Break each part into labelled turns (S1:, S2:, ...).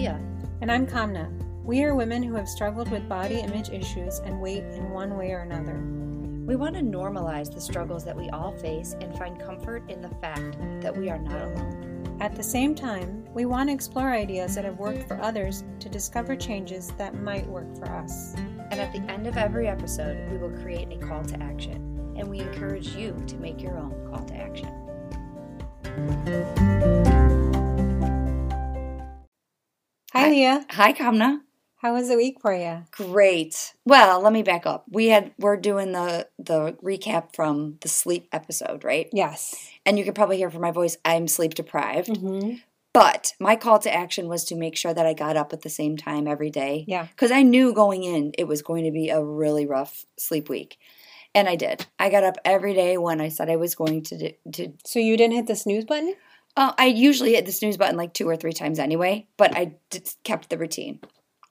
S1: And I'm Kamna. We are women who have struggled with body image issues and weight in one way or another.
S2: We want to normalize the struggles that we all face and find comfort in the fact that we are not alone.
S1: At the same time, we want to explore ideas that have worked for others to discover changes that might work for us.
S2: And at the end of every episode, we will create a call to action, and we encourage you to make your own call to action.
S1: Hi,
S2: Hi.
S1: Leah.
S2: Hi, Kamna.
S1: How was the week for you?
S2: Great. Well, let me back up. We had we're doing the the recap from the sleep episode, right?
S1: Yes.
S2: And you can probably hear from my voice I'm sleep deprived.
S1: Mm-hmm.
S2: But my call to action was to make sure that I got up at the same time every day.
S1: Yeah.
S2: Because I knew going in it was going to be a really rough sleep week. And I did. I got up every day when I said I was going to. Do, to
S1: So you didn't hit the snooze button?
S2: uh, I usually hit the snooze button like two or three times anyway, but I d- kept the routine,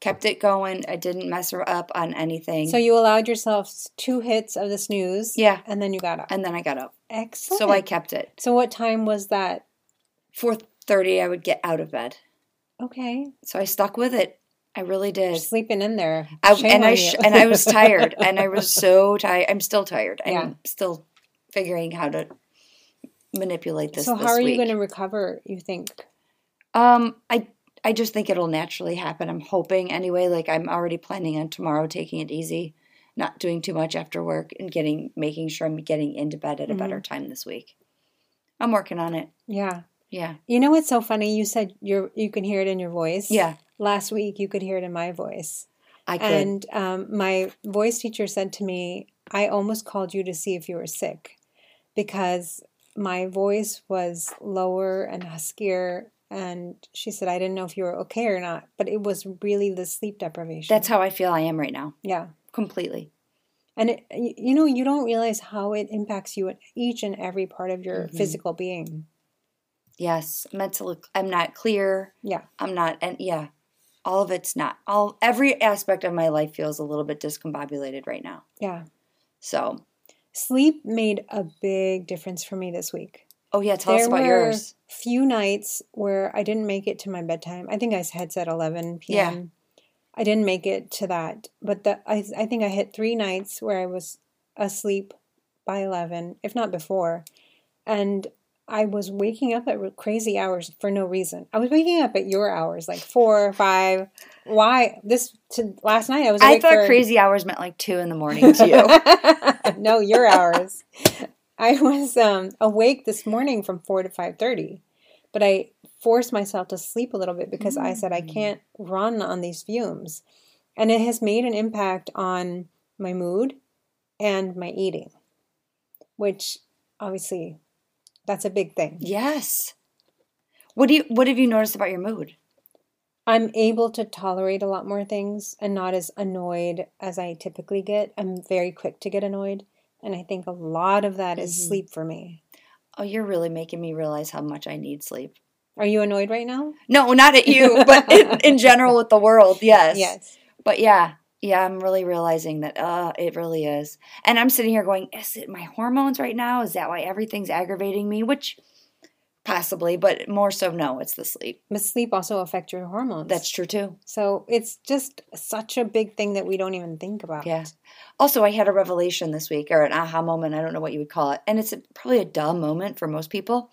S2: kept it going. I didn't mess her up on anything.
S1: So you allowed yourself two hits of the snooze.
S2: yeah.
S1: And then you got up.
S2: And then I got up.
S1: Excellent.
S2: So I kept it.
S1: So what time was that?
S2: Four thirty, I would get out of bed.
S1: Okay.
S2: So I stuck with it. I really
S1: You're
S2: did.
S1: sleeping in there.
S2: I,
S1: Shame
S2: and I
S1: on
S2: sh-
S1: you.
S2: and I was tired, and I was so tired. I'm still tired. I'm
S1: Yeah.
S2: still figuring how to manipulate this.
S1: so how
S2: this
S1: are you
S2: week.
S1: going to recover? You think?
S2: Um, I I just think it'll naturally happen. I'm hoping anyway. Like I'm already planning on tomorrow taking it easy, not doing too much after work, and getting making sure I'm getting into bed at a
S1: Mhm.
S2: better time this week. I'm working on it.
S1: Yeah.
S2: Yeah,
S1: You know what's so funny? You said you're you can hear it in your voice.
S2: yeah,
S1: Last week you could hear it in my voice,
S2: I could.
S1: and um, my voice teacher said to me, "I almost called you to see if you were sick, because my voice was lower and huskier." And she said, "I didn't know if you were okay or not, but it was really the sleep deprivation."
S2: That's how I feel. I am right now,
S1: yeah.
S2: completely.
S1: And it, y- you know, you don't realize how it impacts you at each and every part of your
S2: Mhm.
S1: physical being.
S2: Yes, mentally, I'm not clear.
S1: Yeah.
S2: I'm not, and yeah, all of it's not. All every aspect of my life feels a little bit discombobulated right now.
S1: Yeah.
S2: So,
S1: Sleep made a big difference for me this week.
S2: oh yeah, tell us about yours.
S1: few nights where I didn't make it to my bedtime. I think I had said 11 p.m. I didn't make it to that, but the I I think I hit three nights where I was asleep by 11, if not before. And I was waking up at r- crazy hours for no reason. I was waking up at your hours, like four, five. Why this? To, last night I was.
S2: I
S1: awake
S2: thought
S1: for-
S2: crazy hours meant like two in the morning to you.
S1: no, your hours. I was um, awake this morning from four to five thirty, but I forced myself to sleep a little bit because I said I
S2: Mm.
S1: can't run on these fumes, and it has made an impact on my mood and my eating, which obviously that's a big thing.
S2: yes. What do you? What have you noticed about your mood?
S1: I'm able to tolerate a lot more things and not as annoyed as I typically get. I'm very quick to get annoyed, and I think a lot of that is
S2: Mhm.
S1: sleep for me.
S2: Oh, you're really making me realize how much I need sleep.
S1: Are you annoyed right now?
S2: No, not at you, but in, in general with the world. Yes. But yeah, yeah, I'm really realizing that uh it really is. And I'm sitting here going, is it my hormones right now? Is that why everything's aggravating me? Which possibly, but more so no, it's the sleep.
S1: But sleep also affect your hormones.
S2: That's true too.
S1: so it's just such a big thing that we don't even think about.
S2: Yeah. Also, I had a revelation this week or an aha moment, I don't know what you would call it. And it's a, probably a dumb moment for most people.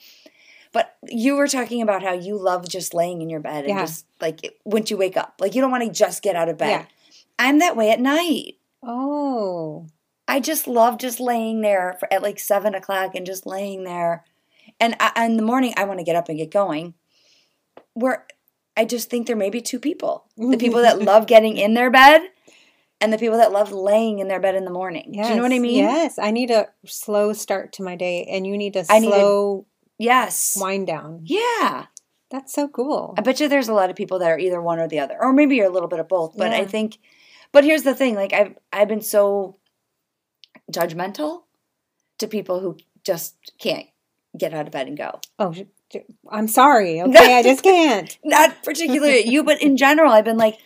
S2: But you were talking about how you love just laying in your bed and
S1: Yeah.
S2: just like it- once you wake up, like you don't want to just get out of bed.
S1: Yeah.
S2: I'm that way at night.
S1: Oh.
S2: I just love just laying there for, at like seven o'clock and just laying there. And I, in the morning, I want to get up and get going. Where I just think there may be two people the people that love getting in their bed and the people that love laying in their bed in the morning. Do you know what I
S1: Yes,
S2: mean?
S1: Yes. I need a slow start to my day and you need a
S2: I need a-
S1: slow
S2: Yes.
S1: wind down.
S2: Yeah.
S1: That's so cool.
S2: I bet you there's a lot of people that are either one or the other, or maybe you're a little bit of both. But I
S1: Yeah.
S2: think, but here's the thing: like I've I've been so judgmental to people who just can't get out of bed and go.
S1: Oh, sh- sh- I'm sorry. Okay, I just can't.
S2: Not particularly at you, but in general, I've been like,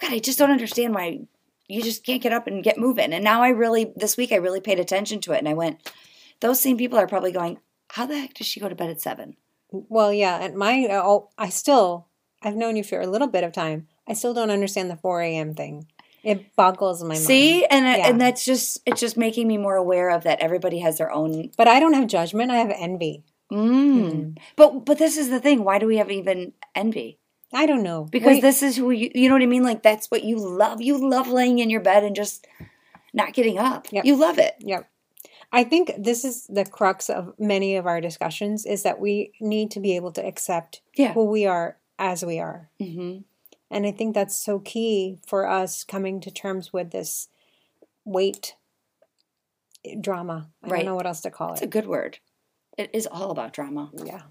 S2: God, I just don't understand why you just can't get up and get moving. And now I really this week I really paid attention to it, and I went, those same people are probably going, how the heck does she go to bed at seven?
S1: uh, Well, yeah, and my oh, I still I've known you for a little bit of time. I still don't understand the 4 a.m. thing. It boggles my mind.
S2: See, and
S1: Yeah.
S2: and that's just it's just making me more aware of that. Everybody has their own.
S1: But I don't have judgment. I have envy.
S2: Mm.
S1: Mhm.
S2: But but this is the thing. Why do we have even envy?
S1: I don't know
S2: Because
S1: Wait,
S2: this is who you you know what I mean. Like that's what you love. You love laying in your bed and just not getting up.
S1: Yep.
S2: You love it.
S1: Yep. I think this is the crux of many of our discussions is that we need to be able to accept
S2: Yeah.
S1: who we are as we are.
S2: Mm-hmm.
S1: And I think that's so key for us coming to terms with this weight drama. I
S2: Right.
S1: don't know what else to call
S2: That's a
S1: it.
S2: good word. It is all about drama.
S1: yeah.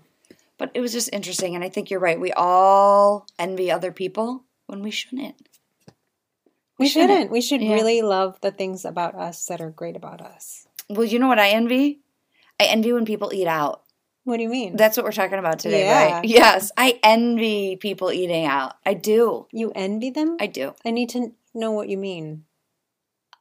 S2: But it was just interesting, and I think you're right. We all envy other people when we shouldn't.
S1: We
S2: shouldn't.
S1: shouldn't. We should
S2: Yeah.
S1: really love the things about us that are great about us.
S2: Well, you know what I envy? I envy when people eat out.
S1: What do you mean?
S2: That's what we're talking about today,
S1: Yeah.
S2: right? Yes, I envy people eating out. I do.
S1: you envy them?
S2: I do.
S1: I need to know what you mean.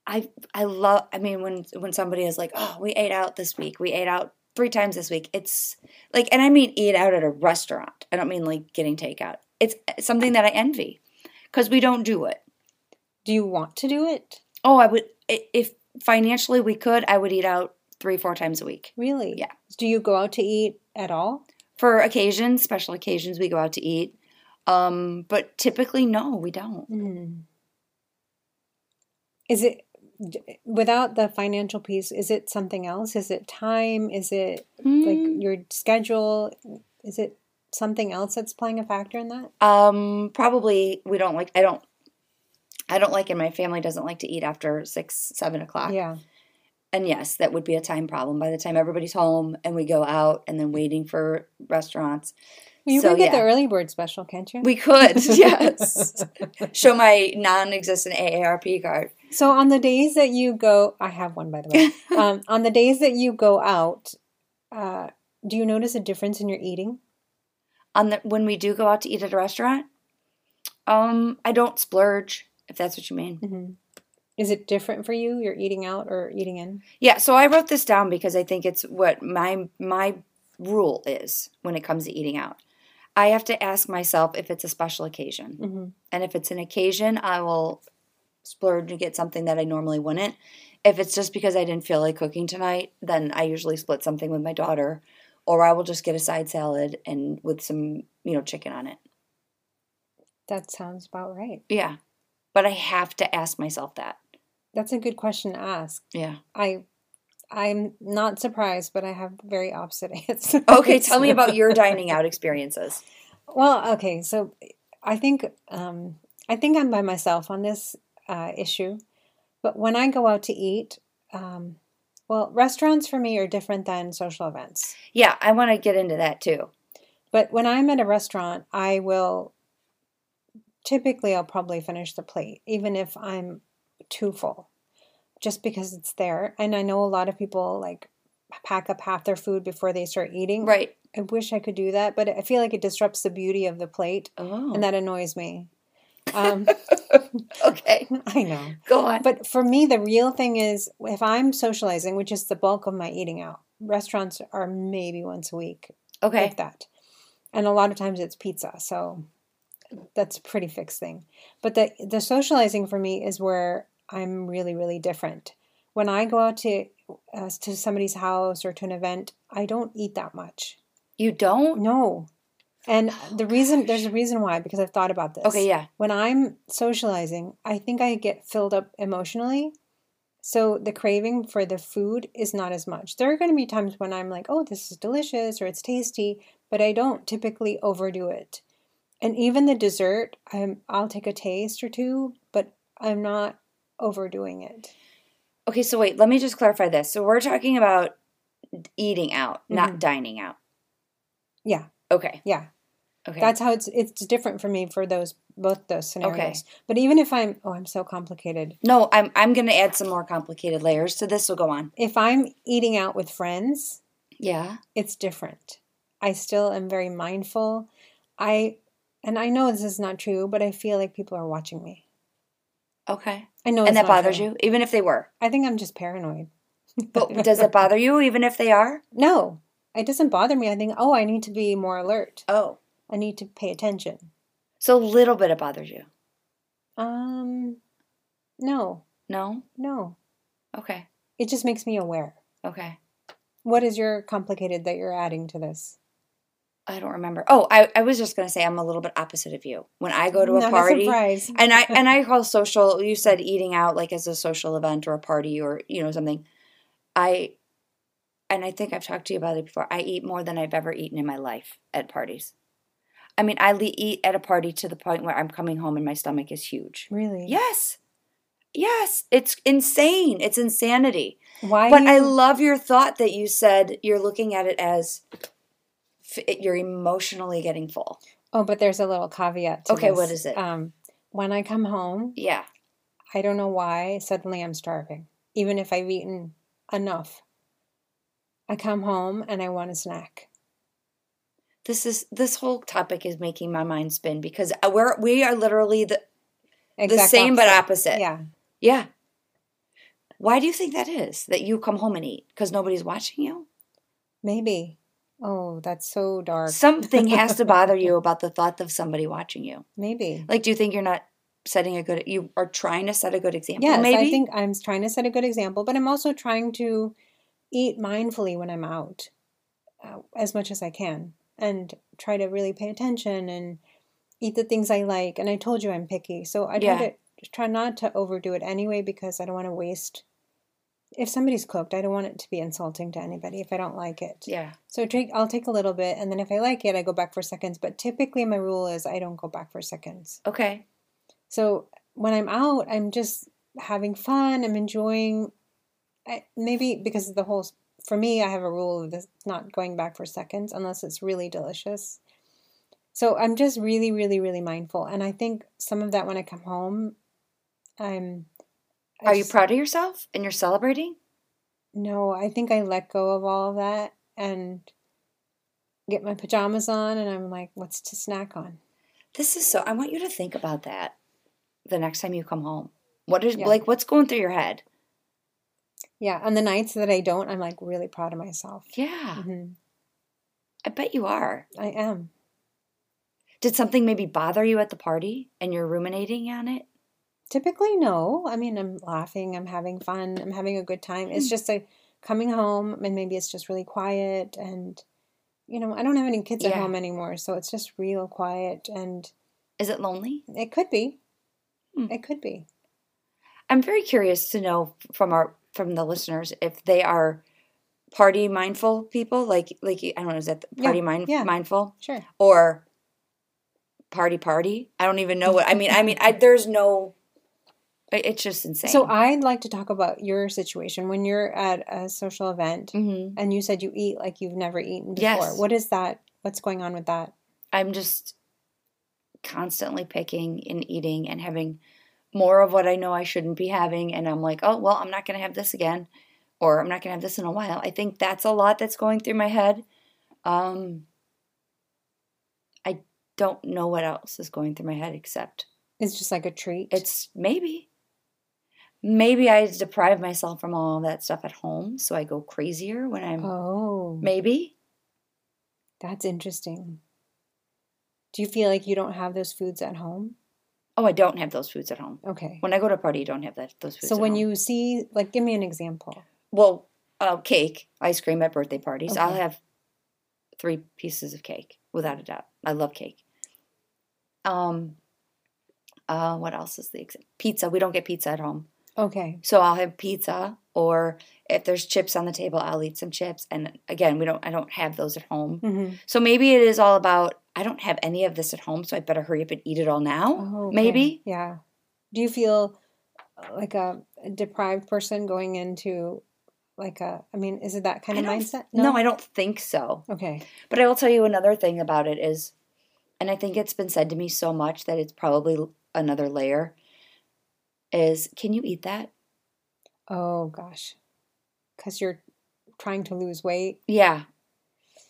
S2: I I love I mean when when somebody is like, "Oh, we ate out this week. We ate out three times this week." It's like and I mean eat out at a restaurant. I don't mean like getting takeout. It's something that I envy cuz we don't do it.
S1: Do you want to do it?
S2: Oh, I would i- if financially we could, I would eat out 3-4 times a week.
S1: Really?
S2: Yeah.
S1: Do you go out to eat at all?
S2: For occasions, special occasions we go out to eat. Um, but typically no, we don't.
S1: Mm. Is it d- without the financial piece? Is it something else? Is it time? Is it
S2: Mm.
S1: like your schedule? Is it something else that's playing a factor in that?
S2: Um, probably we don't like. I don't. I don't like, and my family doesn't like to eat after six, seven o'clock.
S1: Yeah.
S2: And yes, that would be a time problem. By the time everybody's home and we go out, and then waiting for restaurants,
S1: You
S2: So,
S1: can get the
S2: yeah.
S1: early bird special, can't you?
S2: we could yes show my non-existent AARP card.
S1: So on the days that you go, I have one by the way. um, on the days that you go out, uh, do you notice a difference in your eating?
S2: On the when we do go out to eat at a restaurant, um, I don't splurge if that's what you mean.
S1: Mm-hmm. Is it different for you? You're eating out or eating in?
S2: Yeah, so I wrote this down because I think it's what my my rule is when it comes to eating out. I have to ask myself if it's a special occasion.
S1: Mm-hmm.
S2: And if it's an occasion, I will splurge and get something that I normally wouldn't. If it's just because I didn't feel like cooking tonight, then I usually split something with my daughter or I will just get a side salad and with some, you know, chicken on it.
S1: That sounds about right.
S2: Yeah. But I have to ask myself that.
S1: That's a good question to ask.
S2: Yeah.
S1: I I'm not surprised, but I have very opposite answers.
S2: Okay, tell me about your dining out experiences.
S1: Well, okay, so I think um I think I'm by myself on this uh issue. But when I go out to eat, um well, restaurants for me are different than social events.
S2: Yeah, I want to get into that too.
S1: But when I'm at a restaurant, I will typically I'll probably finish the plate, even if I'm too full, just because it's there. And I know a lot of people like pack up half their food before they start eating.
S2: Right.
S1: I wish I could do that, but I feel like it disrupts the beauty of the plate,
S2: Oh.
S1: and that annoys me. Um,
S2: okay.
S1: I know.
S2: Go on.
S1: But for me, the real thing is if I'm socializing, which is the bulk of my eating out, restaurants are maybe once a week,
S2: Okay.
S1: like that. And a lot of times it's pizza, so that's a pretty fixed thing. But the the socializing for me is where I'm really really different. When I go out to uh, to somebody's house or to an event, I don't eat that much.
S2: You don't?
S1: No. And the reason there's a
S2: Oh, gosh.
S1: reason why because I've thought about this.
S2: Okay, yeah.
S1: When I'm socializing, I think I get filled up emotionally. So the craving for the food is not as much. There are going to be times when I'm like, oh, this is delicious or it's tasty, but I don't typically overdo it. And even the dessert, I'm, I'll take a taste or two, but I'm not overdoing it.
S2: Okay, so wait, let me just clarify this. So we're talking about eating out, not dining out.
S1: Yeah.
S2: Okay.
S1: Yeah.
S2: Okay.
S1: That's how it's it's different for me for those both those scenarios. But even if I'm oh, I'm so complicated.
S2: no, I'm I'm gonna add some more complicated layers to this, so go on.
S1: If I'm eating out with friends,
S2: Yeah.
S1: it's different. I still am very mindful. I and I know this is not true, but I feel like people are watching me.
S2: Okay.
S1: I know
S2: and
S1: it's
S2: that
S1: not
S2: bothers
S1: true.
S2: you, even if they were.
S1: I think I'm just paranoid.
S2: But does it bother you even if they are?
S1: No, it doesn't bother me. I think, oh, I need to be more alert.
S2: Oh.
S1: I need to pay attention.
S2: So a little bit it bothers you.
S1: Um, no,
S2: No?
S1: no.
S2: Okay.
S1: It just makes me aware.
S2: Okay.
S1: What is your complicated that you're adding to this?
S2: I don't remember. Oh, I, I was just gonna say I'm a little bit opposite of you. When I go to a
S1: Not
S2: party
S1: surprise.
S2: and I and I call social you said eating out like as a social event or a party or you know something. I and I think I've talked to you about it before. I eat more than I've ever eaten in my life at parties. I mean, I le- eat at a party to the point where I'm coming home and my stomach is huge.
S1: really?
S2: Yes. Yes, it's insane. It's insanity.
S1: Why?
S2: But
S1: do
S2: I
S1: you-
S2: love your thought that you said you're looking at it as f- it- you're emotionally getting full.
S1: oh, but there's a little caveat. To
S2: Okay,
S1: this.
S2: what is it?
S1: Um, when I come home,
S2: Yeah.
S1: I don't know why suddenly I'm starving, even if I've eaten enough. I come home and I want a snack.
S2: This is this whole topic is making my mind spin because uh, we're we are literally the, the
S1: Exact
S2: same but
S1: opposite.
S2: opposite.
S1: Yeah,
S2: Yeah. Why do you think that is? That you come home and eat because nobody's watching you?
S1: maybe. Oh, that's so dark.
S2: Something has to bother you about the thought of somebody watching you.
S1: Maybe.
S2: Like, do you think you're not setting a good? You are trying to set a good example.
S1: Yes,
S2: maybe.
S1: I think I'm trying to set a good example, but I'm also trying to eat mindfully when I'm out uh, as much as I can and try to really pay attention and eat the things I like. And I told you I'm picky, so I try
S2: Yeah.
S1: to try not to overdo it anyway because I don't want to waste. If somebody's cooked, I don't want it to be insulting to anybody if I don't like it.
S2: yeah.
S1: So I take, I'll take a little bit, and then if I like it, I go back for seconds. But typically, my rule is I don't go back for seconds.
S2: Okay.
S1: So when I'm out, I'm just having fun. I'm enjoying. I, maybe because of the whole. For me, I have a rule of this not going back for seconds unless it's really delicious. So I'm just really, really, really mindful, and I think some of that when I come home, I'm. I
S2: Are you
S1: just-
S2: proud of yourself and you're celebrating?
S1: No, I think I let go of all of that and get my pajamas on, and I'm like, what's to snack on?
S2: This is so. I want you to think about that the next time you come home. What is
S1: Yeah.
S2: like? What's going through your head?
S1: Yeah, on the nights that I don't, I'm like really proud of myself.
S2: Yeah,
S1: Mhm.
S2: I bet you are.
S1: I am.
S2: Did something maybe bother you at the party and you're ruminating on it?
S1: Typically, no. I mean, I'm laughing, I'm having fun, I'm having a good time. It's
S2: Hmm.
S1: just like coming home, and maybe it's just really quiet. And, you know, I don't have any kids at
S2: Yeah.
S1: home anymore, so it's just real quiet. And
S2: Is it lonely?
S1: it could be.
S2: Hmm.
S1: It could be.
S2: I'm very curious to know from our from the listeners if they are party mindful people, like like I don't know, is that the
S1: Yeah,
S2: party mind,
S1: yeah.
S2: mindful
S1: Sure.
S2: or party party? I don't
S1: Mm.
S2: even know what I mean. I mean, I, there's no. it- It's just insane.
S1: So uh, I'd like to talk about your situation when you're at a social event
S2: hmm
S1: and you said you eat like you've never eaten before.
S2: Yes.
S1: What is that? What's going on with that?
S2: I'm just constantly picking and eating and having more of what I know I shouldn't be having. And I'm like, oh, well, I'm not going to have this again, or I'm not going to have this in a while. I think that's a lot that's going through my head. Um, I don't know what else is going through my head except
S1: It's just like a treat.
S2: it's maybe. Maybe I deprive myself from all that stuff at home, so I go crazier when I'm.
S1: oh,
S2: Maybe.
S1: that's interesting. Do you feel like you don't have those foods at home?
S2: Oh, I don't have those foods at home.
S1: Okay.
S2: When I go to a party, I don't have that those foods.
S1: So
S2: at
S1: when
S2: home.
S1: you see, like, give me an example.
S2: well, uh, cake, ice cream at birthday parties. I'll
S1: Okay.
S2: have three pieces of cake without a doubt. I love cake. Um, uh, what else is the ex- pizza? We don't get pizza at home,
S1: Okay.
S2: so I'll have pizza. Or if there's chips on the table, I'll eat some chips. And again, we don't. I don't have those at home.
S1: Mm-hmm.
S2: So maybe it is all about. I don't have any of this at home, so I better hurry up and eat it all
S1: Oh.
S2: now. Maybe.
S1: Yeah. Do you feel uh, like a, a deprived person going into like a? I mean, is it that kind
S2: I
S1: of
S2: don't-
S1: mindset?
S2: no, I don't think so.
S1: Okay.
S2: But I will tell you another thing about it is, and I think it's been said to me so much that it's probably l- another layer is can you eat that?
S1: Oh gosh, because you're trying to lose weight.
S2: Yeah,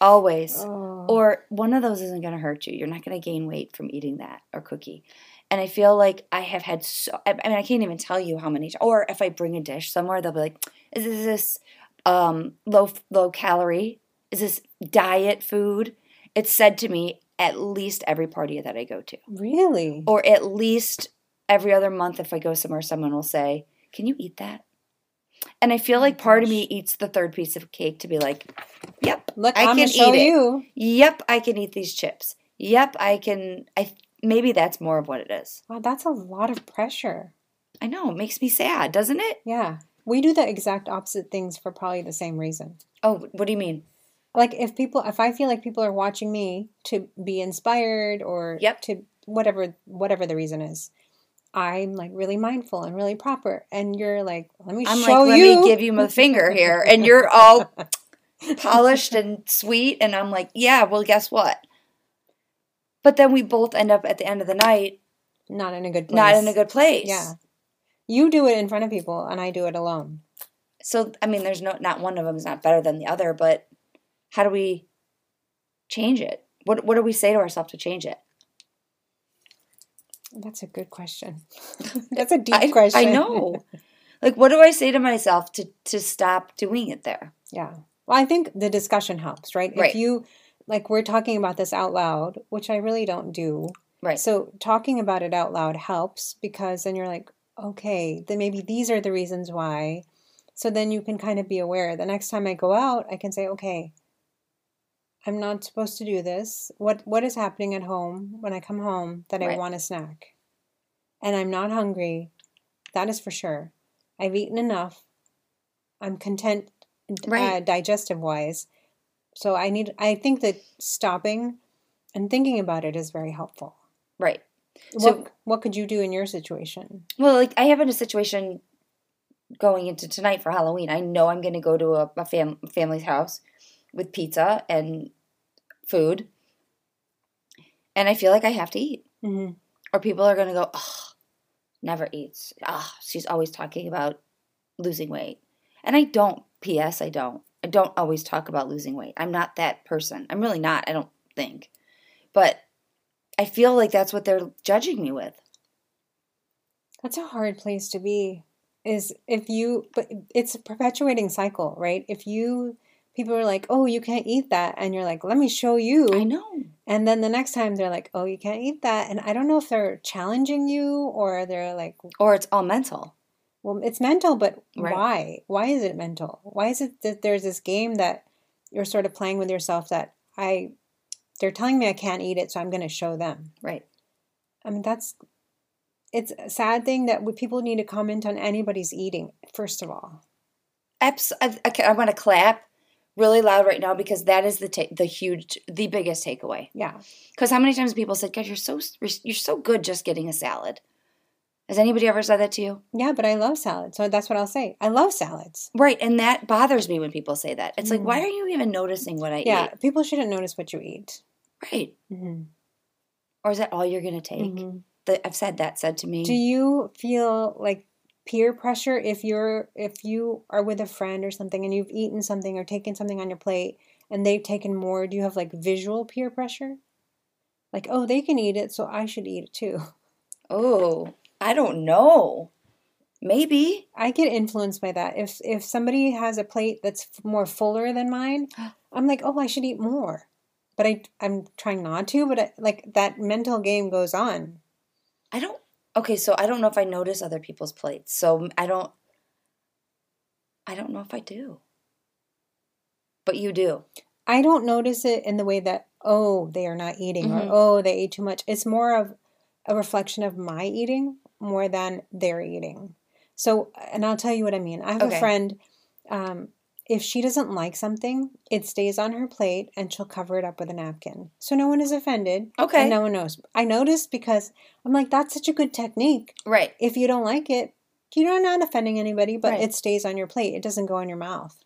S2: always.
S1: Oh.
S2: Or one of those isn't going to hurt you. You're not going to gain weight from eating that or cookie. And I feel like I have had so, I I mean, I can't even tell you how many, or if I bring a dish somewhere, they'll be like, is this, this um, low, low calorie? Is this diet food? It's said to me at least every party that I go to.
S1: really?
S2: or at least every other month if I go somewhere, someone will say, Can you eat that? And I
S1: Oh
S2: feel like part of me eats the third piece of cake to be like, Yep,
S1: Look,
S2: I
S1: I am
S2: can
S1: can show
S2: eat it.
S1: you.
S2: yep, I can eat these chips. Yep, I can I maybe that's more of what it is.
S1: Wow, that's a lot of pressure.
S2: I know, it makes me sad, doesn't it?
S1: Yeah. We do the exact opposite things for probably the same reason.
S2: Oh, what do you mean?
S1: like if people if i feel like people are watching me to be inspired or
S2: Yep.
S1: to whatever whatever the reason is i'm like really mindful and really proper and you're like let me
S2: I'm
S1: show
S2: like, let
S1: you
S2: me give you my finger here. And you're all polished and sweet. And I'm like, yeah, well, guess what? But then we both end up at the end of the night
S1: not in a good place
S2: not in a good place.
S1: yeah you do it in front of people and i do it alone
S2: So, I mean, there's no, not one of them is not better than the other, but how do we change it? What, what do we say to ourselves to change it?
S1: that's a good question that's a deep
S2: I,
S1: question
S2: I know. like, what do I say to myself to, to stop doing it there?
S1: Yeah. Well, I think the discussion helps, right?
S2: Right.
S1: If you like we're talking about this out loud, which I really don't do.
S2: Right.
S1: So talking about it out loud helps because then you're like, okay, then maybe these are the reasons why. So then you can kind of be aware. The next time I go out, I can say, okay, I'm not supposed to do this. What what is happening at home when I come home that I
S2: Right.
S1: want a snack? And I'm not hungry. That is for sure. I've eaten enough. I'm content uh,
S2: Right.
S1: digestive wise. So I need I think that stopping and thinking about it is very helpful.
S2: Right. So-
S1: what what could you do in your situation?
S2: Well, like I have in a situation going into tonight for Halloween. I know I'm going to go to a, a fam- family's house with pizza and food, and I feel like I have to eat,
S1: Mm-hmm.
S2: or people are going to go, "Ugh, never eats. Ah, she's always talking about losing weight," and I don't. P.S. I don't. I don't always talk about losing weight. I'm not that person. I'm really not. I don't think, but I feel like that's what they're judging me with.
S1: That's a hard place to be. Is if you but it's a perpetuating cycle, right? If you people are like, "Oh, you can't eat that." And you're like, "Let me show you."
S2: I know.
S1: And then the next time they're like, "Oh, you can't eat that." And I don't know if they're challenging you or they're like,
S2: Or it's all mental.
S1: Well, it's mental, but
S2: Right.
S1: why? Why is it mental? Why is it that there's this game that you're sort of playing with yourself that I, they're telling me I can't eat it, so I'm going to show them.
S2: Right.
S1: I mean, that's, it's a sad thing that we, people need to comment on anybody's eating, first of all.
S2: Abs- I, I, I want to clap really loud right now because that is the ta- the huge the biggest takeaway.
S1: Yeah.
S2: Because how many times people said, "God, you're so you're so good just getting a salad." Has anybody ever said that to you?
S1: Yeah, but I love salad. So that's what I'll say. I love salads.
S2: Right, and that bothers me when people say that. It's like,
S1: Mm.
S2: why are you even noticing what I
S1: Yeah. People shouldn't notice what you eat.
S2: eat? Right,
S1: Mm-hmm.
S2: or is that all you're going to take? The, I've said that said to me.
S1: Do you feel like peer pressure if you're if you are with a friend or something and you've eaten something or taken something on your plate and they've taken more? Do you have like visual peer pressure? Like, oh, they can eat it, so I should eat it too.
S2: oh, I don't know. Maybe
S1: I get influenced by that. If if somebody has a plate that's f- more fuller than mine, I'm like, oh, I should eat more. But I I'm trying not to, but I, like that mental game goes on.
S2: I don't. Okay, so I don't know if I notice other people's plates. So I don't. I don't know if I do. But you do.
S1: I don't notice it in the way that, oh, they are not eating
S2: Mhm.
S1: or oh, they ate too much. It's more of a reflection of my eating more than their eating. So, and I'll tell you what I mean. I have
S2: Okay.
S1: a friend, um, if she doesn't like something, it stays on her plate and she'll cover it up with a napkin. So no one is offended.
S2: Okay.
S1: And no one knows. I noticed because I'm like, that's such a good technique.
S2: Right.
S1: If you don't like it, you're not offending anybody, but
S2: Right.
S1: it stays on your plate. It doesn't go in your mouth.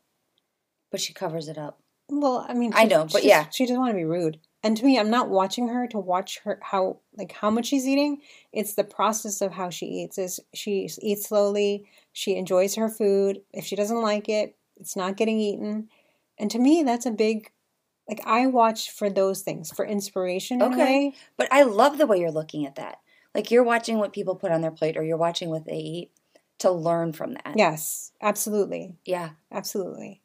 S2: But she covers it up.
S1: Well, I mean,
S2: I
S1: she-
S2: know, but
S1: she-
S2: yeah.
S1: she doesn't want to be rude. And to me, I'm not watching her to watch her how like how much she's eating. It's the process of how she eats. Is she eats slowly? She enjoys her food. If she doesn't like it, it's not getting eaten. And to me, that's a big like I watch for those things for inspiration. in a
S2: Okay.
S1: way.
S2: But I love the way you're looking at that. Like you're watching what people put on their plate or you're watching what they eat to learn from that.
S1: Yes, absolutely,
S2: Yeah.
S1: absolutely.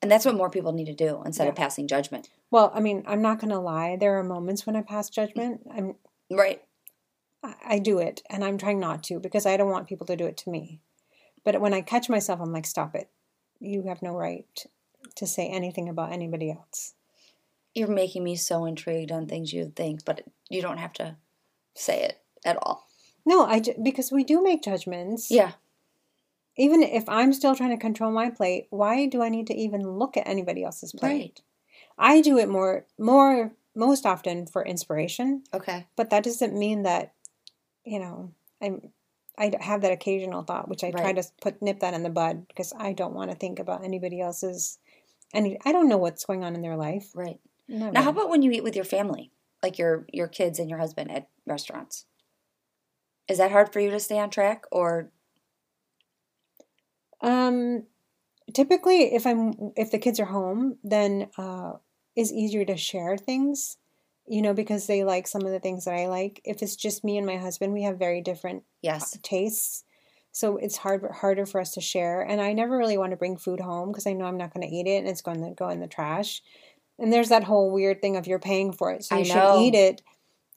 S2: And that's what more people need to do instead of
S1: Yeah.
S2: passing judgment.
S1: Well, I mean, I'm not gonna lie. There are moments when I pass judgment. I'm
S2: Right.
S1: I, I do it and I'm trying not to because I don't want people to do it to me. But when I catch myself, I'm like, stop it. You have no right to say anything about anybody else.
S2: You're making me so intrigued on things you think, but you don't have to say it at all.
S1: No, I ju- because we do make judgments.
S2: Yeah.
S1: Even if I'm still trying to control my plate, why do I need to even look at anybody else's plate?
S2: Right.
S1: I do it more more most often for inspiration,
S2: Okay.
S1: but that doesn't mean that you know, I'm I have that occasional thought which I try
S2: Right.
S1: to put nip that in the bud because I don't want to think about anybody else's any I don't know what's going on in their life.
S2: Right.
S1: Never.
S2: Now, how about when you eat with your family, like your your kids and your husband at restaurants? Is that hard for you to stay on track, or
S1: Um, typically, if I'm if the kids are home, then uh, it's easier to share things, you know, because they like some of the things that I like. If it's just me and my husband, we have very different
S2: yes,
S1: tastes, so it's hard harder for us to share. And I never really want to bring food home because I know I'm not going to eat it and it's going to go in the trash. And there's that whole weird thing of you're paying for it, so
S2: I
S1: you should
S2: know.
S1: eat it.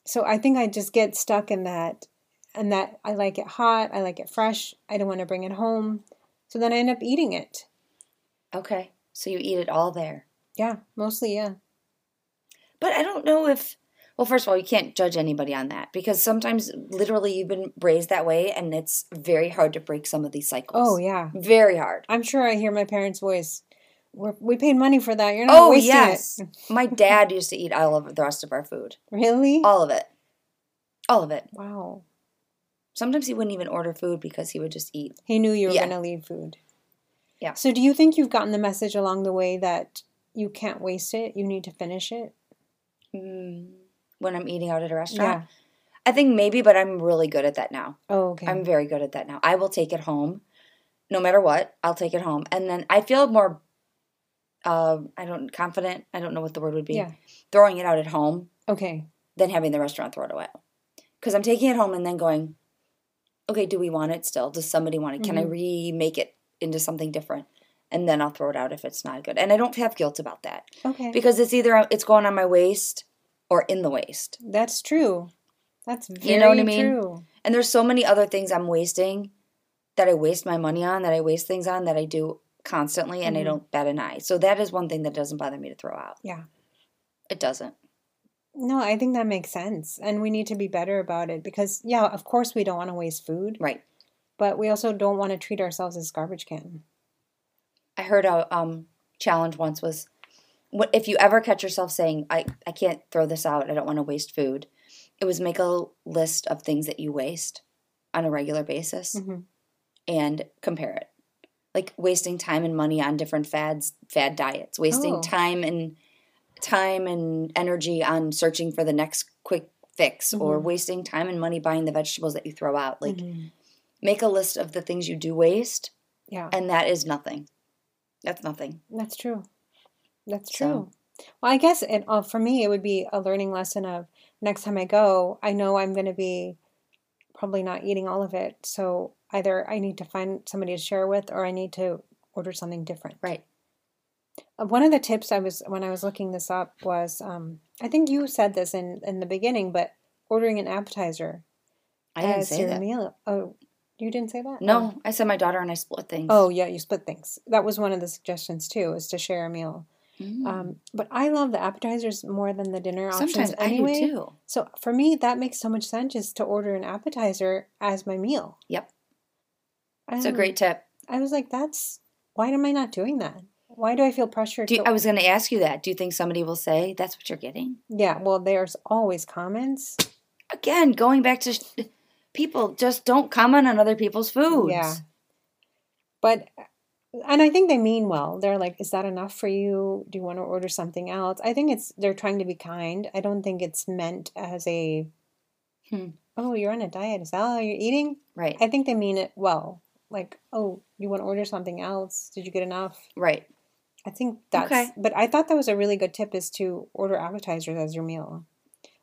S1: So I think I just get stuck in that, and that I like it hot, I like it fresh, I don't want to bring it home. So then I end up eating it.
S2: okay, so you eat it all there?
S1: Yeah, mostly, yeah.
S2: But I don't know if. Well, first of all, you can't judge anybody on that because sometimes, literally, you've been raised that way, and it's very hard to break some of these cycles.
S1: Oh, yeah.
S2: very hard.
S1: I'm sure I hear my parents' voice. We're, we paid money for that. You're not
S2: Oh
S1: wasting
S2: yes,
S1: it.
S2: my dad used to eat all of the rest of our food,
S1: Really?
S2: all of it, all of it.
S1: Wow.
S2: Sometimes he wouldn't even order food because he would just eat
S1: He knew you were
S2: Yeah.
S1: going to leave food.
S2: Yeah.
S1: So do you think you've gotten the message along the way that you can't waste it? You need to finish it?
S2: Mm, when I'm eating out at a restaurant. I think maybe, but I'm really good at that now.
S1: Oh, okay.
S2: I'm very good at that now. I will take it home, no matter what. I'll take it home, and then I feel more. Uh, I don't confident. I don't know what the word would be.
S1: Yeah.
S2: Throwing it out at home
S1: Okay.
S2: than having the restaurant throw it away, because I'm taking it home and then going, okay, do we want it still? Does somebody want it? Can I remake it into something different? And then I'll throw it out if it's not good. And I don't have guilt about that
S1: Okay.
S2: because it's either it's going on my waist or in the waist.
S1: That's true. That's very
S2: You know what I mean?
S1: true.
S2: And there's so many other things I'm wasting that I waste my money on, that I waste things on, that I do constantly, and I don't bat an eye. So that is one thing that doesn't bother me to throw out.
S1: Yeah.
S2: It doesn't.
S1: No, I think that makes sense. And we need to be better about it because, yeah, of course we don't want to waste food,
S2: Right.
S1: but we also don't want to treat ourselves as garbage can.
S2: I heard a um, challenge once was what if you ever catch yourself saying, I, I can't throw this out, I don't want to waste food, it was make a list of things that you waste on a regular basis
S1: Mhm.
S2: and compare it. Like wasting time and money on different fads, fad diets, wasting
S1: Oh.
S2: time and time and energy on searching for the next quick fix or
S1: Mhm.
S2: wasting time and money buying the vegetables that you throw out. Like
S1: Mhm.
S2: make a list of the things you do waste
S1: yeah,
S2: and that is nothing. That's nothing.
S1: that's true. That's
S2: So-
S1: true. Well, I guess it, uh, for me, it would be a learning lesson of next time I go, I know I'm going to be probably not eating all of it. So either I need to find somebody to share with or I need to order something different.
S2: Right.
S1: Uh, One of the tips I was when I was looking this up was um, I think you said this in in the beginning, but ordering an appetizer
S2: I didn't
S1: as
S2: say
S1: your
S2: that.
S1: meal. Oh, you didn't say that?
S2: No, I said my daughter and I split things.
S1: Oh, yeah, you split things. That was one of the suggestions too, is to share a meal.
S2: Mm.
S1: Um, but I love the appetizers more than the dinner options
S2: sometimes I
S1: anyway.
S2: do too.
S1: So for me, that makes so much sense is to order an appetizer as my meal.
S2: Yep.
S1: I
S2: It's a
S1: don't-
S2: great tip.
S1: I was like, that's why am I not doing that? Why do I feel pressured
S2: Do you,
S1: to
S2: I was going to ask you that. Do you think somebody will say that's what you're getting?
S1: Yeah, well, there's always comments.
S2: Again, going back to sh- people just don't comment on other people's foods.
S1: Yeah. But and I think they mean well. They're like, is that enough for you? Do you want to order something else? I think it's they're trying to be kind. I don't think it's meant as a
S2: Hmm.
S1: oh, you're on a diet. Is that all you're eating?
S2: Right.
S1: I think they mean it well. Like, oh, you want to order something else? Did you get enough?
S2: right.
S1: I think that's,
S2: Okay.
S1: but I thought that was a really good tip is to order appetizers as your meal.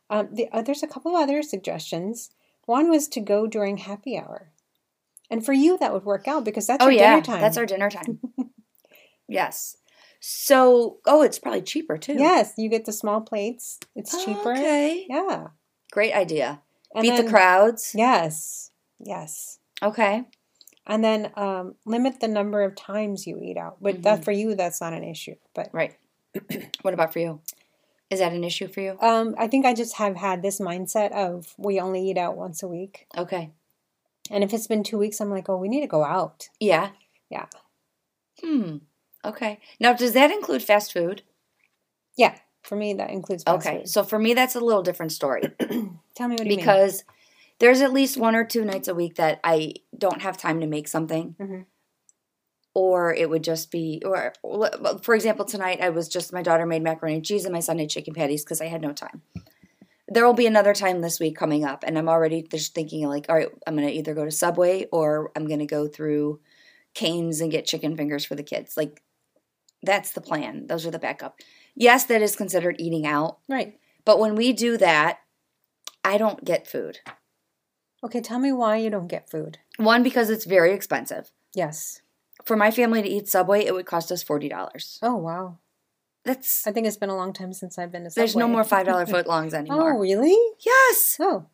S1: Um, the uh, there's a couple other suggestions. One was to go during happy hour, and for you that would work out because that's
S2: oh
S1: your
S2: yeah,
S1: dinner time.
S2: that's our dinner time. yes. So, oh, it's probably cheaper too.
S1: yes. You get the small plates. It's cheaper.
S2: Okay.
S1: Yeah,
S2: Great idea.
S1: And
S2: Oh, Beat
S1: then,
S2: the crowds.
S1: Yes. Yes.
S2: Okay.
S1: And then um, limit the number of times you eat out. But
S2: Mm-hmm.
S1: that for you, that's not an issue. But
S2: Right. what about for you? Is that an issue for you?
S1: um, I think I just have had this mindset of we only eat out once a week.
S2: Okay.
S1: And if it's been two weeks, I'm like, oh, we need to go out.
S2: Yeah.
S1: Yeah.
S2: Hmm. Okay. Now, does that include fast food?
S1: Yeah. For me, that includes fast
S2: Okay.
S1: food.
S2: So for me, that's a little different story
S1: Tell me what you mean.
S2: because there's at least one or two nights a week that I don't have time to make something.
S1: Mhm.
S2: Or it would just be, or well, for example, tonight I was just, my daughter made macaroni and cheese and my son had chicken patties because I had no time. There will be another time this week coming up, and I'm already just thinking, like, all right, I'm going to either go to Subway or I'm going to go through Canes and get chicken fingers for the kids. Like, that's the plan. Those are the backup. Yes, that is considered eating out,
S1: Right.
S2: but when we do that, I don't get food.
S1: Okay. Tell me why you don't get food.
S2: One, because it's very expensive.
S1: Yes.
S2: For my family to eat Subway, it would cost us $40.
S1: Oh, wow.
S2: That's
S1: I think it's been a long time since I've been to Subway.
S2: there's no more $5 footlongs
S1: Oh,
S2: anymore.
S1: really?
S2: Yes.
S1: Oh.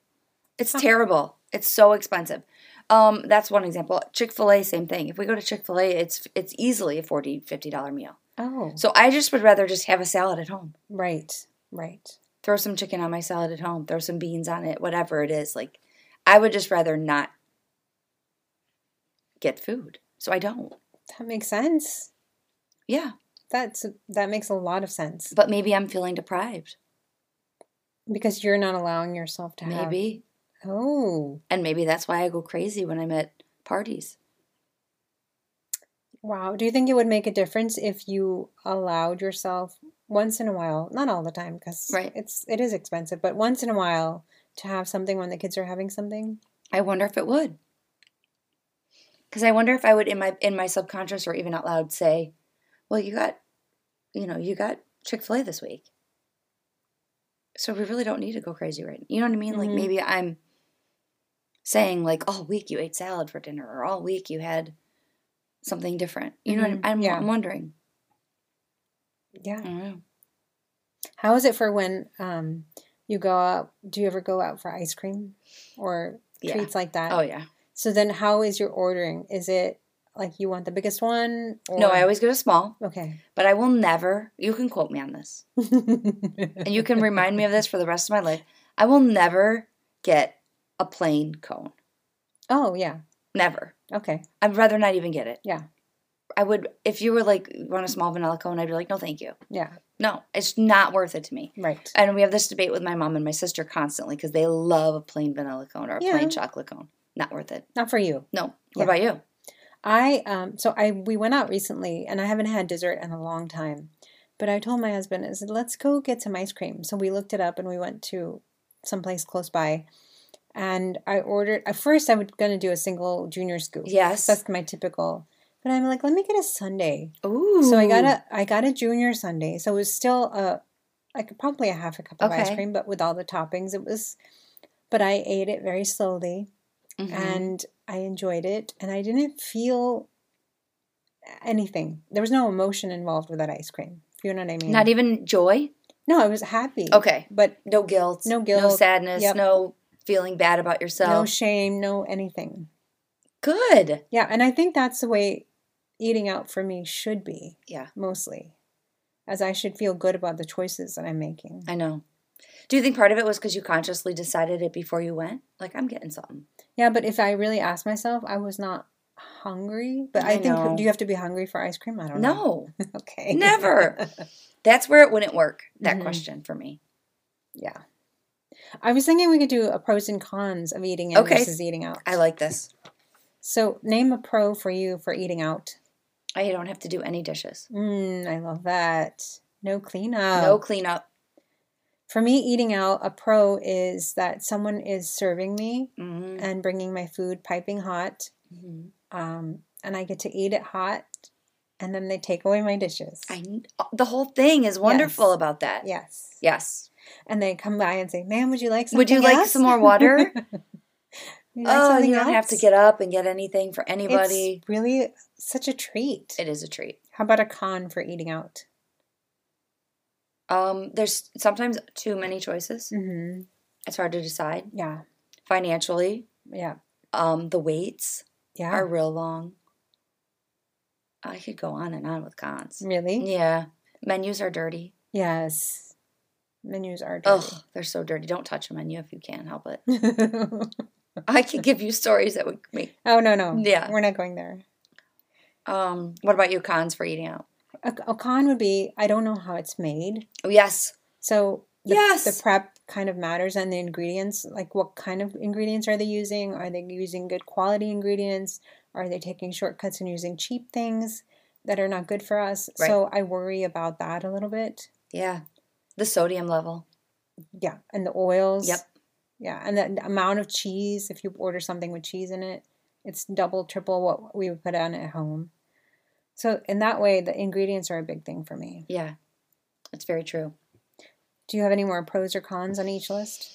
S2: It's terrible. It's so expensive. Um, that's one example. Chick-fil-A, same thing. If we go to Chick-fil-A, it's it's easily a $40, $50 meal.
S1: Oh.
S2: So I just would rather just have a salad at home.
S1: Right. Right.
S2: Throw some chicken on my salad at home, throw some beans on it, whatever it is. Like I would just rather not get food. So I don't.
S1: That makes sense.
S2: Yeah.
S1: That's that makes a lot of sense
S2: But maybe I'm feeling deprived.
S1: because you're not allowing yourself to have.
S2: Maybe.
S1: Oh,
S2: And maybe that's why I go crazy when I'm at parties.
S1: wow. Do you think it would make a difference if you allowed yourself once in a while, not all the time, because
S2: Right.
S1: it's it is expensive, but once in a while to have something when the kids are having something?
S2: I wonder if it would. Cuz I wonder if I would in my in my subconscious or even out loud say, "Well, you got you know, you got Chick-fil-A this week." So we really don't need to go crazy right. You know what I mean? Like
S1: Mhm.
S2: maybe I'm saying like all week you ate salad for dinner or all week you had something different. You know
S1: Mhm.
S2: what I- I'm,
S1: Yeah.
S2: I'm wondering. I
S1: Yeah.
S2: don't know.
S1: How is it for when um you go out? Do you ever go out for ice cream or
S2: Yeah.
S1: treats like that?
S2: Oh yeah.
S1: So then, how is your ordering? Is it like you want the biggest one? Or...
S2: No, I always go to small.
S1: Okay.
S2: but I will never, you can quote me on this, and you can remind me of this for the rest of my life. I will never get a plain cone.
S1: oh, yeah.
S2: Never.
S1: Okay.
S2: I'd rather not even get it.
S1: Yeah.
S2: I would, if you were like, "You want a small vanilla cone, I'd be like, no, thank you.
S1: Yeah.
S2: No, it's not worth it to me.
S1: Right.
S2: And we have this debate with my mom and my sister constantly because they love a plain vanilla cone or a
S1: Yeah.
S2: plain chocolate cone. Not worth it.
S1: Not for you.
S2: No. What
S1: Yeah.
S2: about you?
S1: I um so I we went out recently and I haven't had dessert in a long time. But I told my husband, I said, let's go get some ice cream. So we looked it up and we went to someplace close by. And I ordered at first I was gonna do a single junior scoop.
S2: Yes.
S1: That's my typical. But I'm like, let me get a sundae.
S2: Ooh.
S1: So I got a I got a junior sundae. So it was still a like probably a half a cup of ice
S2: Okay.
S1: cream, but with all the toppings, it was. But I ate it very slowly,
S2: Mhm.
S1: and I enjoyed it, and I didn't feel anything. There was no emotion involved with that ice cream. You know what I mean?
S2: Not even joy?
S1: no, I was happy.
S2: Okay.
S1: but
S2: No guilt.
S1: No
S2: No
S1: guilt.
S2: sadness.
S1: Yep.
S2: No feeling bad about yourself.
S1: no shame, no anything.
S2: Good.
S1: Yeah, and I think that's the way eating out for me should be
S2: Yeah,
S1: mostly, as I should feel good about the choices that I'm making.
S2: I know. Do you think part of it was because you consciously decided it before you went? Like, I'm getting something.
S1: Yeah, but if I really asked myself, I was not hungry. But I,
S2: I
S1: think
S2: know.
S1: do you have to be hungry for ice cream? I don't know.
S2: No,
S1: Okay.
S2: never. That's where it wouldn't work, that
S1: Mhm.
S2: question for me.
S1: yeah. I was thinking we could do a pros and cons of eating in
S2: Okay.
S1: versus eating out.
S2: I like this.
S1: So name a pro for you for eating out.
S2: I don't have to do any dishes,
S1: Mm, I love that. No cleanup.
S2: no cleanup.
S1: For me, eating out, a pro is that someone is serving me
S2: Mhm.
S1: and bringing my food piping hot,
S2: Mhm.
S1: um, and I get to eat it hot, and then they take away my dishes.
S2: I, uh, the whole thing is wonderful
S1: Yes.
S2: about that.
S1: yes.
S2: Yes.
S1: and they come by and say, "Ma'am, would you like something
S2: Would you like
S1: else?
S2: some more water?
S1: Would you like
S2: oh,
S1: something
S2: you don't have to
S1: else?"
S2: get up and get anything for anybody.
S1: It's really such a treat.
S2: it is a treat.
S1: How about a con for eating out?
S2: Um, there's sometimes too many choices.
S1: Mm-hmm.
S2: It's hard to decide.
S1: Yeah,
S2: financially.
S1: Yeah.
S2: Um, the waits
S1: Yeah.
S2: are real long. I could go on and on with cons.
S1: really?
S2: Yeah. Menus are dirty.
S1: Yes. Menus are
S2: Ugh,
S1: dirty.
S2: they're so dirty. Don't touch a menu if you can help it. I could give you stories that would make.
S1: oh no no.
S2: Yeah.
S1: We're not going there.
S2: Um, what about your cons for eating out?
S1: A, a con would be I don't know how it's made.
S2: Oh, yes.
S1: So the,
S2: Yes.
S1: the prep kind of matters and the ingredients, like what kind of ingredients are they using? Are they using good quality ingredients? Are they taking shortcuts and using cheap things that are not good for us?
S2: Right.
S1: So I worry about that a little bit.
S2: Yeah. The sodium level.
S1: Yeah, and the oils.
S2: Yep.
S1: Yeah, and the the amount of cheese, if you order something with cheese in it, it's double, triple what we would put on at home. So in that way, the ingredients are a big thing for me.
S2: Yeah. It's very true.
S1: Do you have any more pros or cons on each list?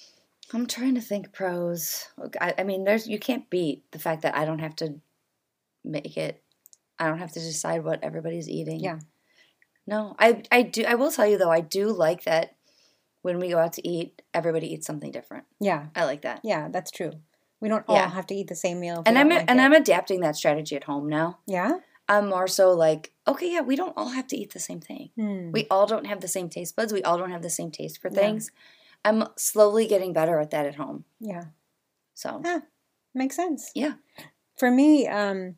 S2: I'm trying to think pros. Look, I, I mean, there's you can't beat the fact that I don't have to make it. I don't have to decide what everybody's eating.
S1: Yeah.
S2: No, I I do. I will tell you though, I do like that when we go out to eat, everybody eats something different.
S1: Yeah,
S2: I like that,
S1: yeah, that's true. We don't all
S2: Yeah.
S1: have to eat the same meal. if we
S2: and
S1: don't
S2: I'm
S1: like
S2: and
S1: it.
S2: I'm adapting that strategy at home now.
S1: yeah.
S2: I'm more so like, okay, yeah, we don't all have to eat the same thing.
S1: Hmm.
S2: We all don't have the same taste buds. We all don't have the same taste for
S1: Yeah.
S2: things. I'm slowly getting better at that at home.
S1: Yeah,
S2: So
S1: Ah. makes sense.
S2: Yeah.
S1: For me, um,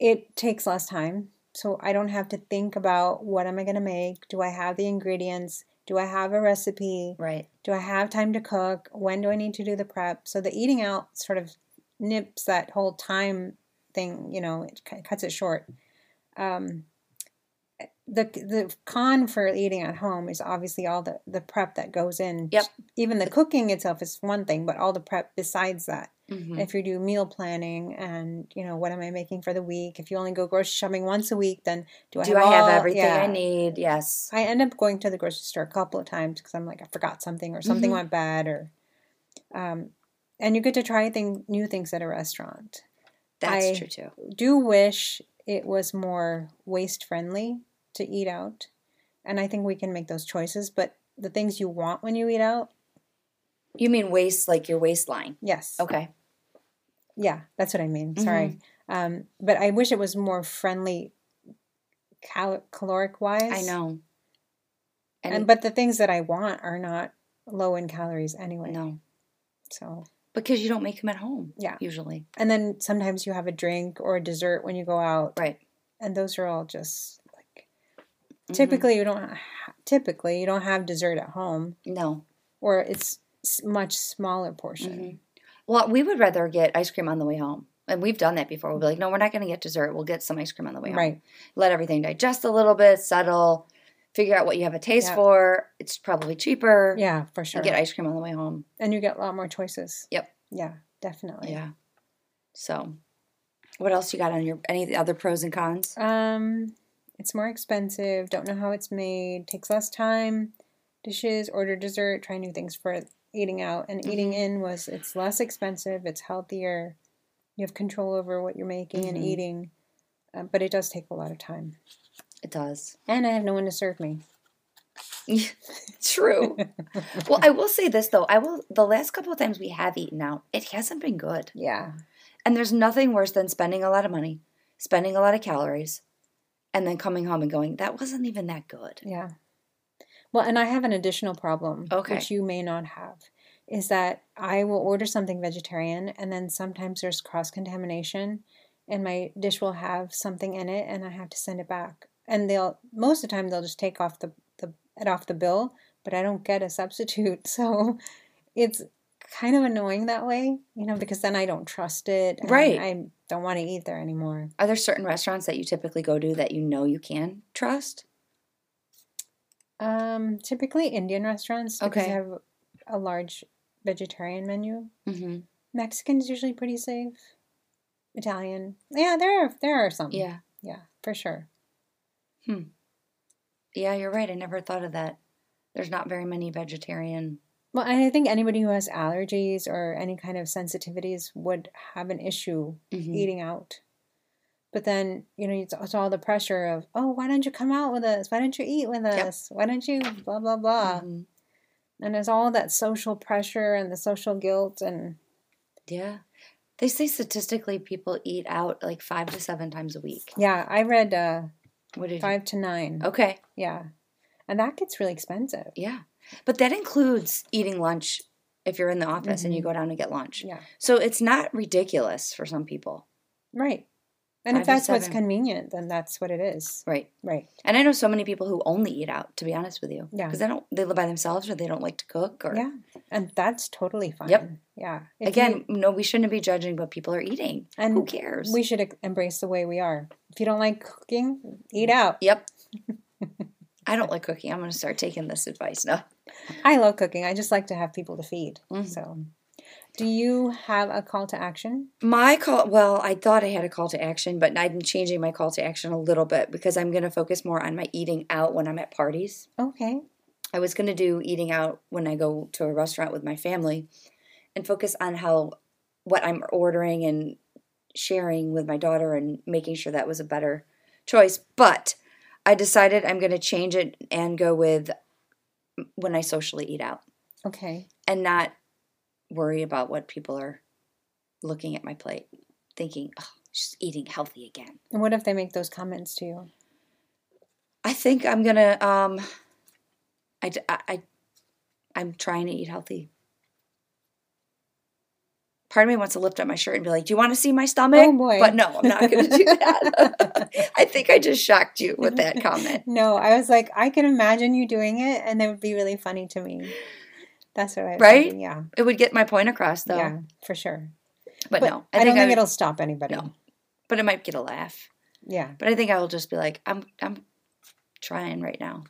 S1: it takes less time, so I don't have to think about what am I going to make. Do I have the ingredients? Do I have a recipe?
S2: right,
S1: Do I have time to cook? When do I need to do the prep? So the eating out sort of nips that whole time thing, you know, it cu- cuts it short. Um, the the con for eating at home is obviously all the, the prep that goes in.
S2: Yep.
S1: Even the cooking itself is one thing, but all the prep besides that.
S2: hmm
S1: If you do meal planning and, you know, what am I making for the week? If you only go grocery shopping once a week, then do I
S2: Do
S1: have,
S2: I have
S1: all-
S2: everything
S1: yeah.
S2: I need? Yes.
S1: I end up going to the grocery store a couple of times because I'm like I forgot something or something
S2: Mhm.
S1: went bad or, um, and you get to try thing new things at a restaurant.
S2: That's
S1: I-
S2: true too.
S1: Do wish it was more waste friendly to eat out, and I think we can make those choices. But the things you want when you eat out,
S2: You mean waist, like your waistline.
S1: yes,
S2: Okay.
S1: yeah, that's what I mean. Sorry,
S2: Mm-hmm.
S1: um, but I wish it was more friendly, cal- caloric wise.
S2: I know.
S1: and,
S2: And,
S1: but the things that I want are not low in calories anyway.
S2: no,
S1: So.
S2: because you don't make them at home.
S1: Yeah.
S2: Usually.
S1: And then sometimes you have a drink or a dessert when you go out,
S2: Right. Mm-hmm.
S1: and those are all just like
S2: Mhm.
S1: typically you don't ha- typically you don't have dessert at home,
S2: No.
S1: or it's s- much smaller portion.
S2: Mhm. Well, we would rather get ice cream on the way home. And we've done that before. We'll be like, no, we're not going to get dessert. We'll get some ice cream on the way home.
S1: Right?
S2: Let everything digest a little bit, settle, figure out what you have a taste
S1: Yeah.
S2: for. It's probably cheaper.
S1: Yeah, for sure.
S2: You get ice cream on the way home.
S1: and you get a lot more choices.
S2: Yep.
S1: Yeah, definitely.
S2: Yeah. So, what else you got on your, any of the other pros and cons?
S1: Um, it's more expensive. Don't know how it's made. Takes less time. Dishes. Order dessert. Try new things for eating out. And eating
S2: Mhm.
S1: in was it's less expensive. It's healthier. You have control over what you're making
S2: Mhm.
S1: and eating, uh, but it does take a lot of time.
S2: It does.
S1: And I have no one to serve me.
S2: True. well, I will say this though. I will the last couple of times we have eaten out, it hasn't been good.
S1: Yeah.
S2: And there's nothing worse than spending a lot of money, spending a lot of calories, and then coming home and going, that wasn't even that good.
S1: Yeah. Well, and I have an additional problem,
S2: Okay.
S1: which you may not have, is that I will order something vegetarian and then sometimes there's cross contamination and my dish will have something in it and I have to send it back. And they'll most of the time they'll just take off the, the it off the bill, but I don't get a substitute. So it's kind of annoying that way, you know, because then I don't trust it. and
S2: Right.
S1: I don't want to eat there anymore.
S2: Are there certain restaurants that you typically go to that you know you can trust?
S1: Um, typically Indian restaurants because
S2: Okay.
S1: they have a large vegetarian menu.
S2: Mm-hmm.
S1: Mexican is usually pretty safe. Italian, yeah, there are there are some,
S2: Yeah.
S1: yeah, for sure.
S2: Yeah, you're right. I never thought of that. There's not very many vegetarian.
S1: Well, and I think anybody who has allergies or any kind of sensitivities would have an issue
S2: Mhm.
S1: eating out. But then you know it's, it's all the pressure of oh why don't you come out with us why don't you eat with
S2: Yep.
S1: us why don't you blah blah blah
S2: Mhm.
S1: and there's all that social pressure and the social guilt and
S2: Yeah. They say statistically people eat out like five to seven times a week.
S1: Yeah, I read uh,
S2: What did
S1: five to nine.
S2: you? Oh. Okay.
S1: Yeah. And that gets really expensive.
S2: Yeah. But that includes eating lunch if you're in the office and you go down to get lunch.
S1: Mm-hmm. Yeah.
S2: So it's not ridiculous for some people.
S1: Right. And
S2: Five to
S1: if that's what's
S2: seven.
S1: convenient, then that's what it is.
S2: Right.
S1: Right.
S2: And I know so many people who only eat out, to be honest with you.
S1: Yeah.
S2: Because they don't they live by themselves or they don't like to cook or
S1: Yeah. And that's totally fine.
S2: Yep.
S1: Yeah. If
S2: again, no, we shouldn't be judging what people are eating.
S1: And
S2: who cares?
S1: you- we should e- embrace the way we are. If you don't like cooking,
S2: Mm-hmm.
S1: eat out.
S2: yep. I don't like cooking. I'm gonna start taking this advice now.
S1: I love cooking. I just like to have people to feed.
S2: Mhm.
S1: So, do you have a call to action?
S2: My call, well, I thought I had a call to action, but I'm changing my call to action a little bit because I'm going to focus more on my eating out when I'm at parties.
S1: Okay.
S2: I was going to do eating out when I go to a restaurant with my family and focus on how what I'm ordering and sharing with my daughter and making sure that was a better choice. But I decided I'm going to change it and go with when I socially eat out
S1: Okay.
S2: and not worry about what people are looking at my plate, thinking, oh, she's eating healthy again.
S1: And what if they make those comments to you?
S2: I think I'm gonna. Um, I, d- I, I am trying to eat healthy. Part of me wants to lift up my shirt and be like, "Do you want to see my stomach?"
S1: Oh, boy.
S2: But no, I'm not going to do that. I think I just shocked you with that comment.
S1: No, I was like, I can imagine you doing it, and that would be really funny to me. That's what I was
S2: Right?
S1: thinking, Yeah.
S2: It would get my point across, though.
S1: Yeah, for sure.
S2: But, no,
S1: I, don't think
S2: would-
S1: it'll stop anybody.
S2: No. But it might get a laugh.
S1: Yeah.
S2: But I think I will just be like, "I'm I'm trying right now."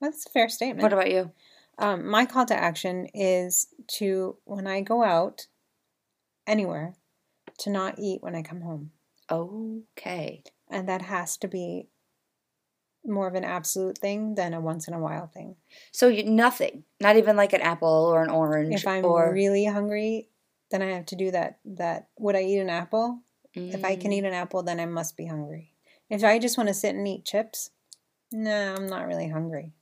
S1: That's a fair statement.
S2: What about you?
S1: um, my call to action is to when I go out anywhere to not eat when I come home.
S2: Okay.
S1: And that has to be more of an absolute thing than a once in a while thing.
S2: So you, nothing, not even like an apple or an orange,
S1: If I'm
S2: or
S1: really hungry, then I have to do that that would I eat an apple? If I
S2: Mm.
S1: can eat an apple, then I must be hungry. If I just want to sit and eat chips, nah, I'm not really hungry.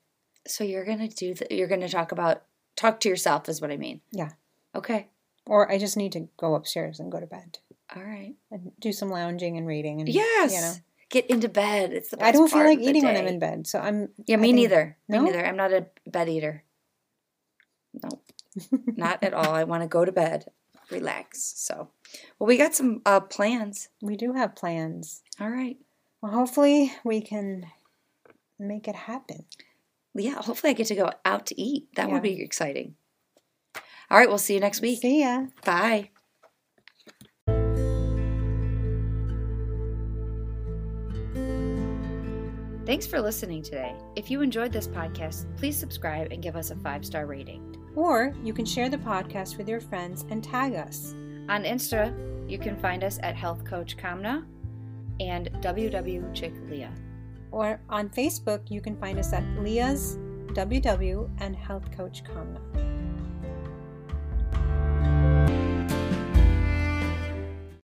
S2: So you're gonna do. Th- you're gonna talk about talk to yourself is what I mean.
S1: Yeah.
S2: Okay.
S1: Or I just need to go upstairs and go to bed
S2: All right.
S1: and do some lounging and reading and
S2: Yes.
S1: you know.
S2: Get into bed. It's the best
S1: I don't feel
S2: part
S1: like
S2: of the
S1: eating when I'm
S2: day.
S1: in bed. So I'm
S2: Yeah,
S1: I
S2: me
S1: think-
S2: neither.
S1: No?
S2: Me neither. I'm not a bed eater. No, not at all. I want to go to bed, relax. So, well, we got some uh, plans.
S1: We do have plans.
S2: All right.
S1: Well, hopefully we can make it happen.
S2: Yeah. Hopefully, I get to go out to eat. That
S1: Yeah.
S2: would be exciting. All right. We'll see you next week.
S1: See ya.
S2: Bye. Thanks for listening today. If you enjoyed this podcast, please subscribe and give us a five star rating.
S1: Or you can share the podcast with your friends and tag us.
S2: On Insta, you can find us at Health Coach Kamna and WW Chick Leah.
S1: Or on Facebook, you can find us at Leah's WW and Health Coach Kamna.